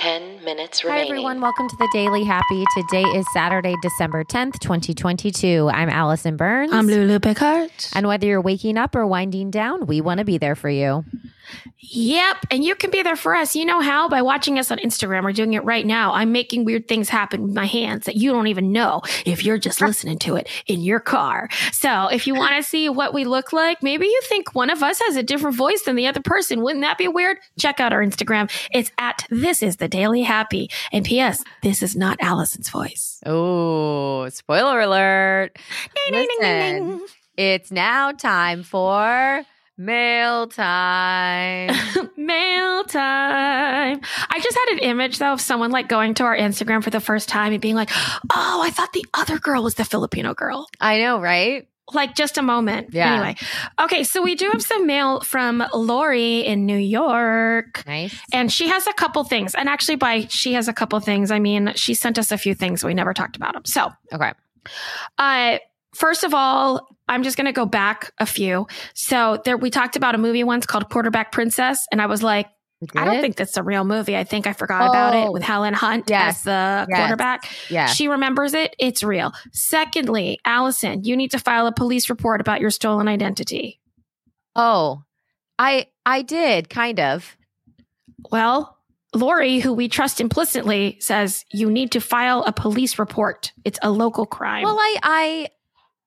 10 minutes Hi, remaining. everyone. Welcome to the Daily Happy. Today is Saturday, December 10th, 2022. I'm Allison Burns. I'm Lulu Pickard. And whether you're waking up or winding down, we want to be there for you. Yep. And you can be there for us. You know how? By watching us on Instagram or doing it right now. I'm making weird things happen with my hands that you don't even know if you're just listening to it in your car. So if you want to see what we look like, maybe you think one of us has a different voice than the other person. Wouldn't that be weird? Check out our Instagram. It's at This Is The Daily Happy. And P.S. This is not Allison's voice. Oh, spoiler alert. Ding, ding, ding, Listen. ding. It's now time for mail time. Mail time. I just had an image though of someone like going to our Instagram for the first time and being like, oh, I thought the other girl was the Filipino girl. I know, right? Like just a moment. Yeah. Anyway. Okay. So we do have some mail from Lori in New York. Nice. And she has a couple things. And actually, by she has a couple things, I mean, she sent us a few things. We never talked about them. So Okay. uh, first of all, I'm just going to go back a few. So there, we talked about a movie once called Quarterback Princess, and I was like, I don't think that's a real movie. I think I forgot about Oh. it with Helen Hunt Yes. as the Yes. quarterback. Yeah. She remembers it. It's real. Secondly, Allison, you need to file a police report about your stolen identity. oh, I I did kind of. Well, Lori, who we trust implicitly, says you need to file a police report. It's a local crime. Well, I I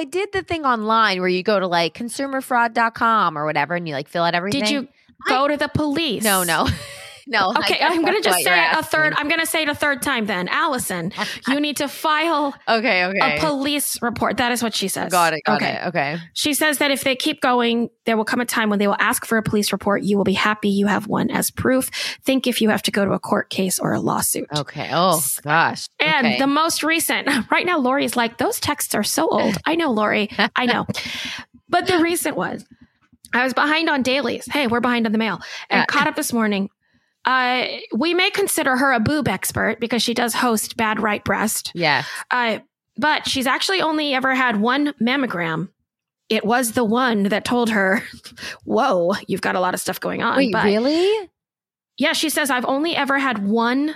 I did the thing online where you go to like consumerfraud.com or whatever and you like fill out everything. Did you go to the police? No, no. no. I Okay, guess I'm going to that's just what you're say it a third. asking. I'm going to say it a third time then. Allison, you need to file Okay, okay. a police report. That is what she says. got it, got okay. it. Okay. She says that if they keep going, there will come a time when they will ask for a police report. You will be happy you have one as proof. Think if you have to go to a court case or a lawsuit. Okay. Oh S- gosh. And okay. the most recent, right now, Lori is like, those texts are so old. I know, Lori. I know. But the recent was I was behind on dailies. Hey, we're behind on the mail. And Yeah. caught up this morning. Uh, we may consider her a boob expert because she does host Bad Right Breast. yeah. Uh, but she's actually only ever had one mammogram. It was the one that told her, "Whoa, you've got a lot of stuff going on." Wait, but really? yeah, she says I've only ever had one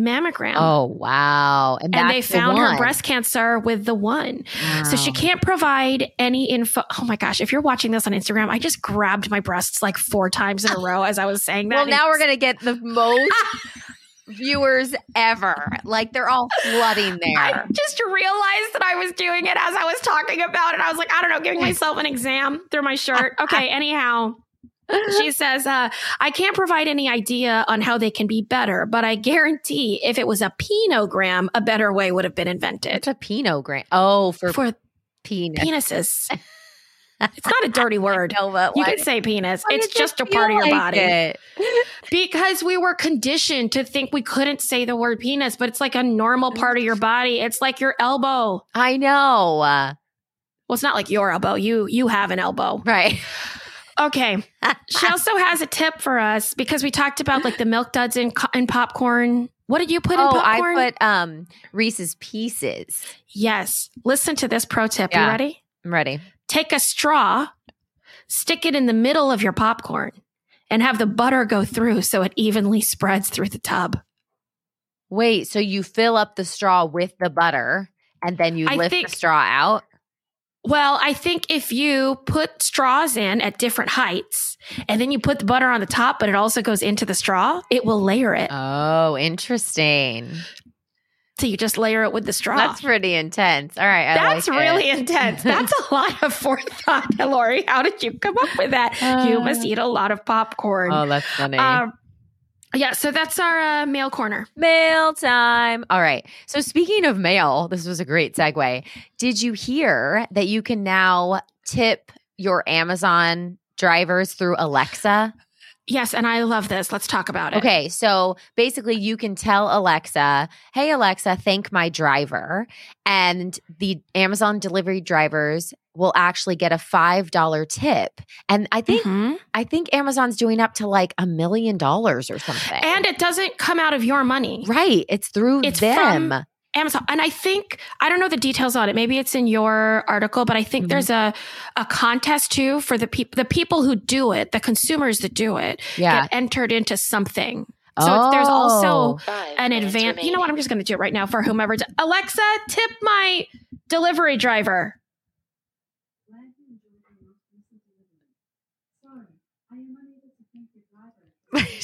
mammogram. Oh wow. And, And they that's the found her one. Oh. breast cancer with the one. So she Wow. can't provide any info. Oh my gosh, if you're watching this on Instagram, I just grabbed my breasts like four times in a row as I was saying that. Well, now we're gonna get the most viewers ever. Like they're all flooding I there. just realized that I was doing it as I was talking about it. I was like, I don't know, giving myself an exam through my shirt. Okay, anyhow. She says, uh, I can't provide any idea on how they can be better, but I guarantee if it was a penogram, a better way would have been invented It's a Pinot Grand. Oh, for, for penis. penises. it's not a dirty word. No, but You why- can say penis. why It's does it just a part of feel your like body. it? Because we were conditioned to think we couldn't say the word penis, but it's like a normal Mm. part of your body. It's like your elbow. I know. Uh, Well, it's not like your elbow. You you have an elbow. right. Okay. she also has a tip for us because we talked about like the milk duds in, co- in popcorn. What did you put in oh, I popcorn? put um Reese's pieces. yes. Listen to this pro tip. Yeah. You ready? I'm ready. Take a straw, stick it in the middle of your popcorn, and have the butter go through so it evenly spreads through the tub. Wait, so you fill up the straw with the butter and then you I lift think- the straw out. Well, I think if you put straws in at different heights and then you put the butter on the top, but it also goes into the straw, it will layer it. Oh, interesting. so you just layer it with the straw. That's pretty intense. All right. I That's like it. really intense. That's a lot of forethought, Lori. How did you come up with that? you must eat a lot of popcorn. Uh, Oh, that's funny. Um, yeah, so that's our uh, mail corner. mail time. All right. So, speaking of mail, this was a great segue. Did you hear that you can now tip your Amazon drivers through Alexa? Yes, and I love this. Let's talk about it. Okay, so basically, you can tell Alexa, "Hey Alexa, thank my driver," and the Amazon delivery drivers will actually get a five dollar tip. And I think Mhm. I think Amazon's doing up to like a million dollars or something. And it doesn't come out of your money. right, it's through It's them. from- Amazon. And I think I don't know the details on it. Maybe it's in your article, but I think Mhm. there's a a contest too for the people the people who do it, the consumers that do it, yeah. get entered into something. So it's, there's also Five an minutes advanced. You know what? I'm remaining. just going to do it right now for whomever. T- Alexa, tip my delivery driver. oh.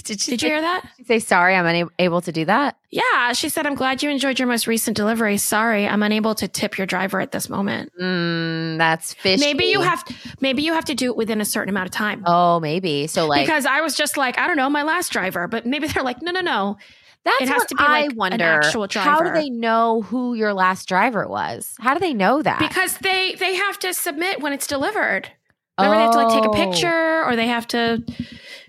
did she Did you hear that? say sorry? I'm unable to do that. Yeah, she said, I'm glad you enjoyed your most recent delivery. Sorry, I'm unable to tip your driver at this moment. Mm, that's fishy. Maybe you have maybe you have to do it within a certain amount of time. Oh, maybe. So like because I was just like, I don't know, my last driver, but maybe they're like, no, no, no. that's it has what to be, I like, an wonder. actual How do driver. they know who your last driver was? How do they know that? Because they they have to submit when it's delivered. Remember, they have to like take a Oh. picture or they have to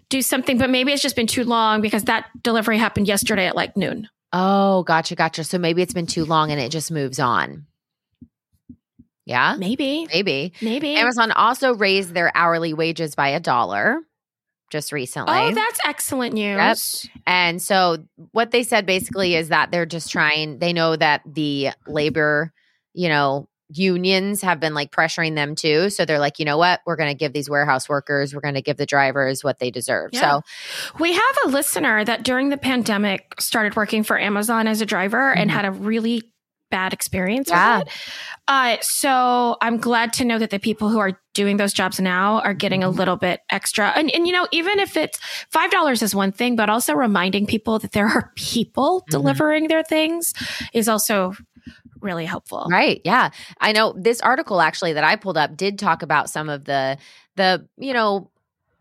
do something, but maybe it's just been too long because that delivery happened yesterday at like noon. Oh, gotcha, gotcha. So maybe it's been too long and it just moves on. Yeah, Maybe, maybe. maybe. Amazon also raised their hourly wages by a dollar just recently. oh, that's excellent news. And so what they said basically is that they're just trying, they know that the labor, you know, unions have been like pressuring them too. So they're like, you know what? We're going to give these warehouse workers, we're going to give the drivers what they deserve. Yeah. So, We have a listener that during the pandemic started working for Amazon as a driver and Mhm. had a really bad experience Yeah. with it. Uh, so I'm glad to know that the people who are doing those jobs now are getting Mm-hmm. a little bit extra. And, and you know, even if it's $5 is one thing, but also reminding people that there are people Mhm. delivering their things is also really helpful. right. Yeah. I know this article actually that I pulled up did talk about some of the, the, you know,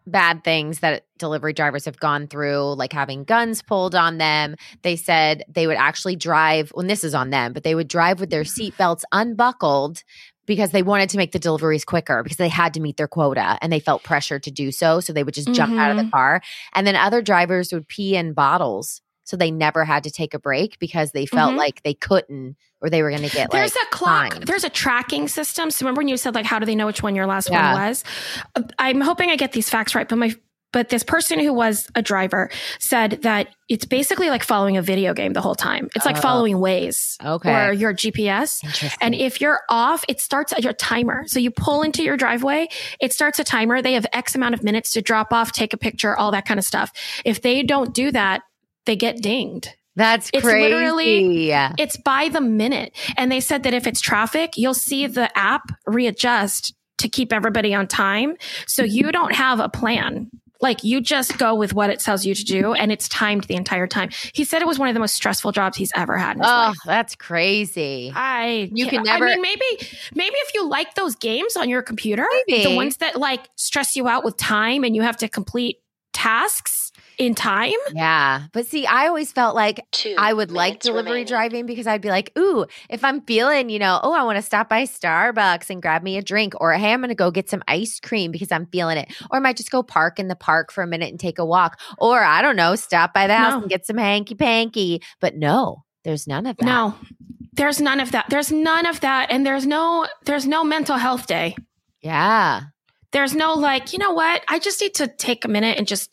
bad things that delivery drivers have gone through, like having guns pulled on them. They said they would actually drive, and this is on them, but they would drive with their seatbelts unbuckled because they wanted to make the deliveries quicker because they had to meet their quota and they felt pressured to do so. So they would just jump out of Mm-hmm. the car. And then other drivers would pee in bottles. So they never had to take a break because they felt Mhm. like they couldn't or they were going to get like. There's a clock. timed. There's a tracking system. So remember when you said like, how do they know which one your last Yeah. one was? Uh, I'm hoping I get these facts right, but my but this person who was a driver said that it's basically like following a video game the whole time. It's like Oh. following Waze Okay. or your GPS. Interesting. And if you're off, it starts at your timer. So you pull into your driveway, it starts a timer. They have X amount of minutes to drop off, take a picture, all that kind of stuff. If they don't do that, they get dinged. That's it's crazy. literally- It's by the minute. And they said that if it's traffic, you'll see the app readjust to keep everybody on time. So you don't have a plan. Like you just go with what it tells you to do and it's timed the entire time. He said it was one of the most stressful jobs he's ever had in his oh, life. that's crazy. I You can can't- never- I mean, maybe maybe if you like those games on your computer, Maybe. the ones that like stress you out with time and you have to complete tasks in time. yeah. But see, I always felt like Two I would like minutes delivery remaining. driving because I'd be like, ooh, if I'm feeling, you know, oh, I want to stop by Starbucks and grab me a drink, or hey, I'm going to go get some ice cream because I'm feeling it, or I might just go park in the park for a minute and take a walk, or I don't know, stop by the house No. and get some hanky panky. But no, there's none of that. No. There's none of that. There's none of that and there's no there's no mental health day. Yeah. There's no like, you know what? I just need to take a minute and just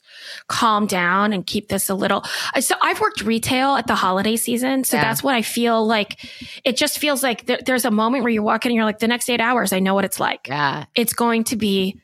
calm down and keep this a little. Uh, So I've worked retail at the holiday season. So Yeah. that's what I feel like. It just feels like there, there's a moment where you walk in and you're like, the next eight hours, I know what it's like. Yeah. It's going to be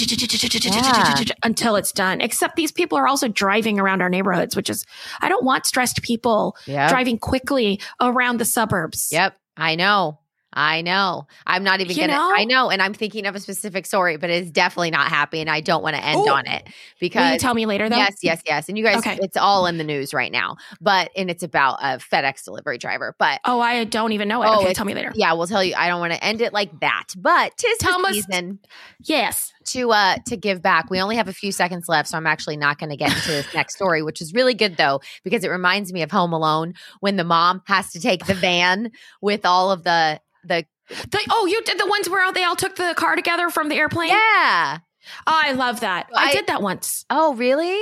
Yeah. until it's done. Except these people are also driving around our neighborhoods, which is, I don't want stressed people Yeah. driving quickly around the suburbs. Yep, I know. I know. I'm not even You gonna. know? I know, and I'm thinking of a specific story, but it's definitely not happy, and I don't want to end Ooh. on it Will because you tell me later though? yes, yes, yes. And you guys, Okay. it's all in the news right now. But and it's about a FedEx delivery driver. But Oh, I don't even know it. Oh, okay, it's- tell me later. yeah, we'll tell you. I don't want to end it like that. But tis Tell the us- season Yes. to uh to give back. We only have a few seconds left, so I'm actually not going to get into this next story, which is really good though because it reminds me of Home Alone when the mom has to take the van with all of the the The, oh, you did the ones where they all took the car together from the airplane? Oh, yeah. I love that. I, I- did that once. Oh, really?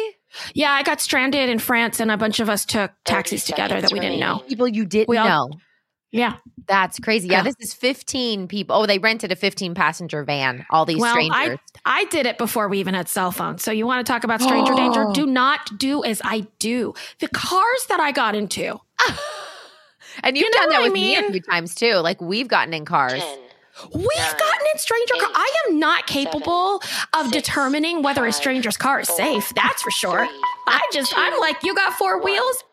Yeah, I got stranded in France and a bunch of us took 30 taxis together that we didn't seconds know. remaining. People you didn't We all- know. Yeah. That's crazy. Yeah, Yeah. this is 15 people. Oh, they rented a 15 passenger van, all these Well, I- strangers. I did it before we even had cell phones. So you want to talk about stranger danger? Oh. Do not do as I do. The cars that I got into. and you've You know done that what I with me a mean? few times too. Like we've gotten in cars. Ten, We've gotten in stranger eight, car. I am not capable of six, determining whether a five, stranger's car is four, safe. That's for sure. three, I just, I'm two, like, you got four one. wheels?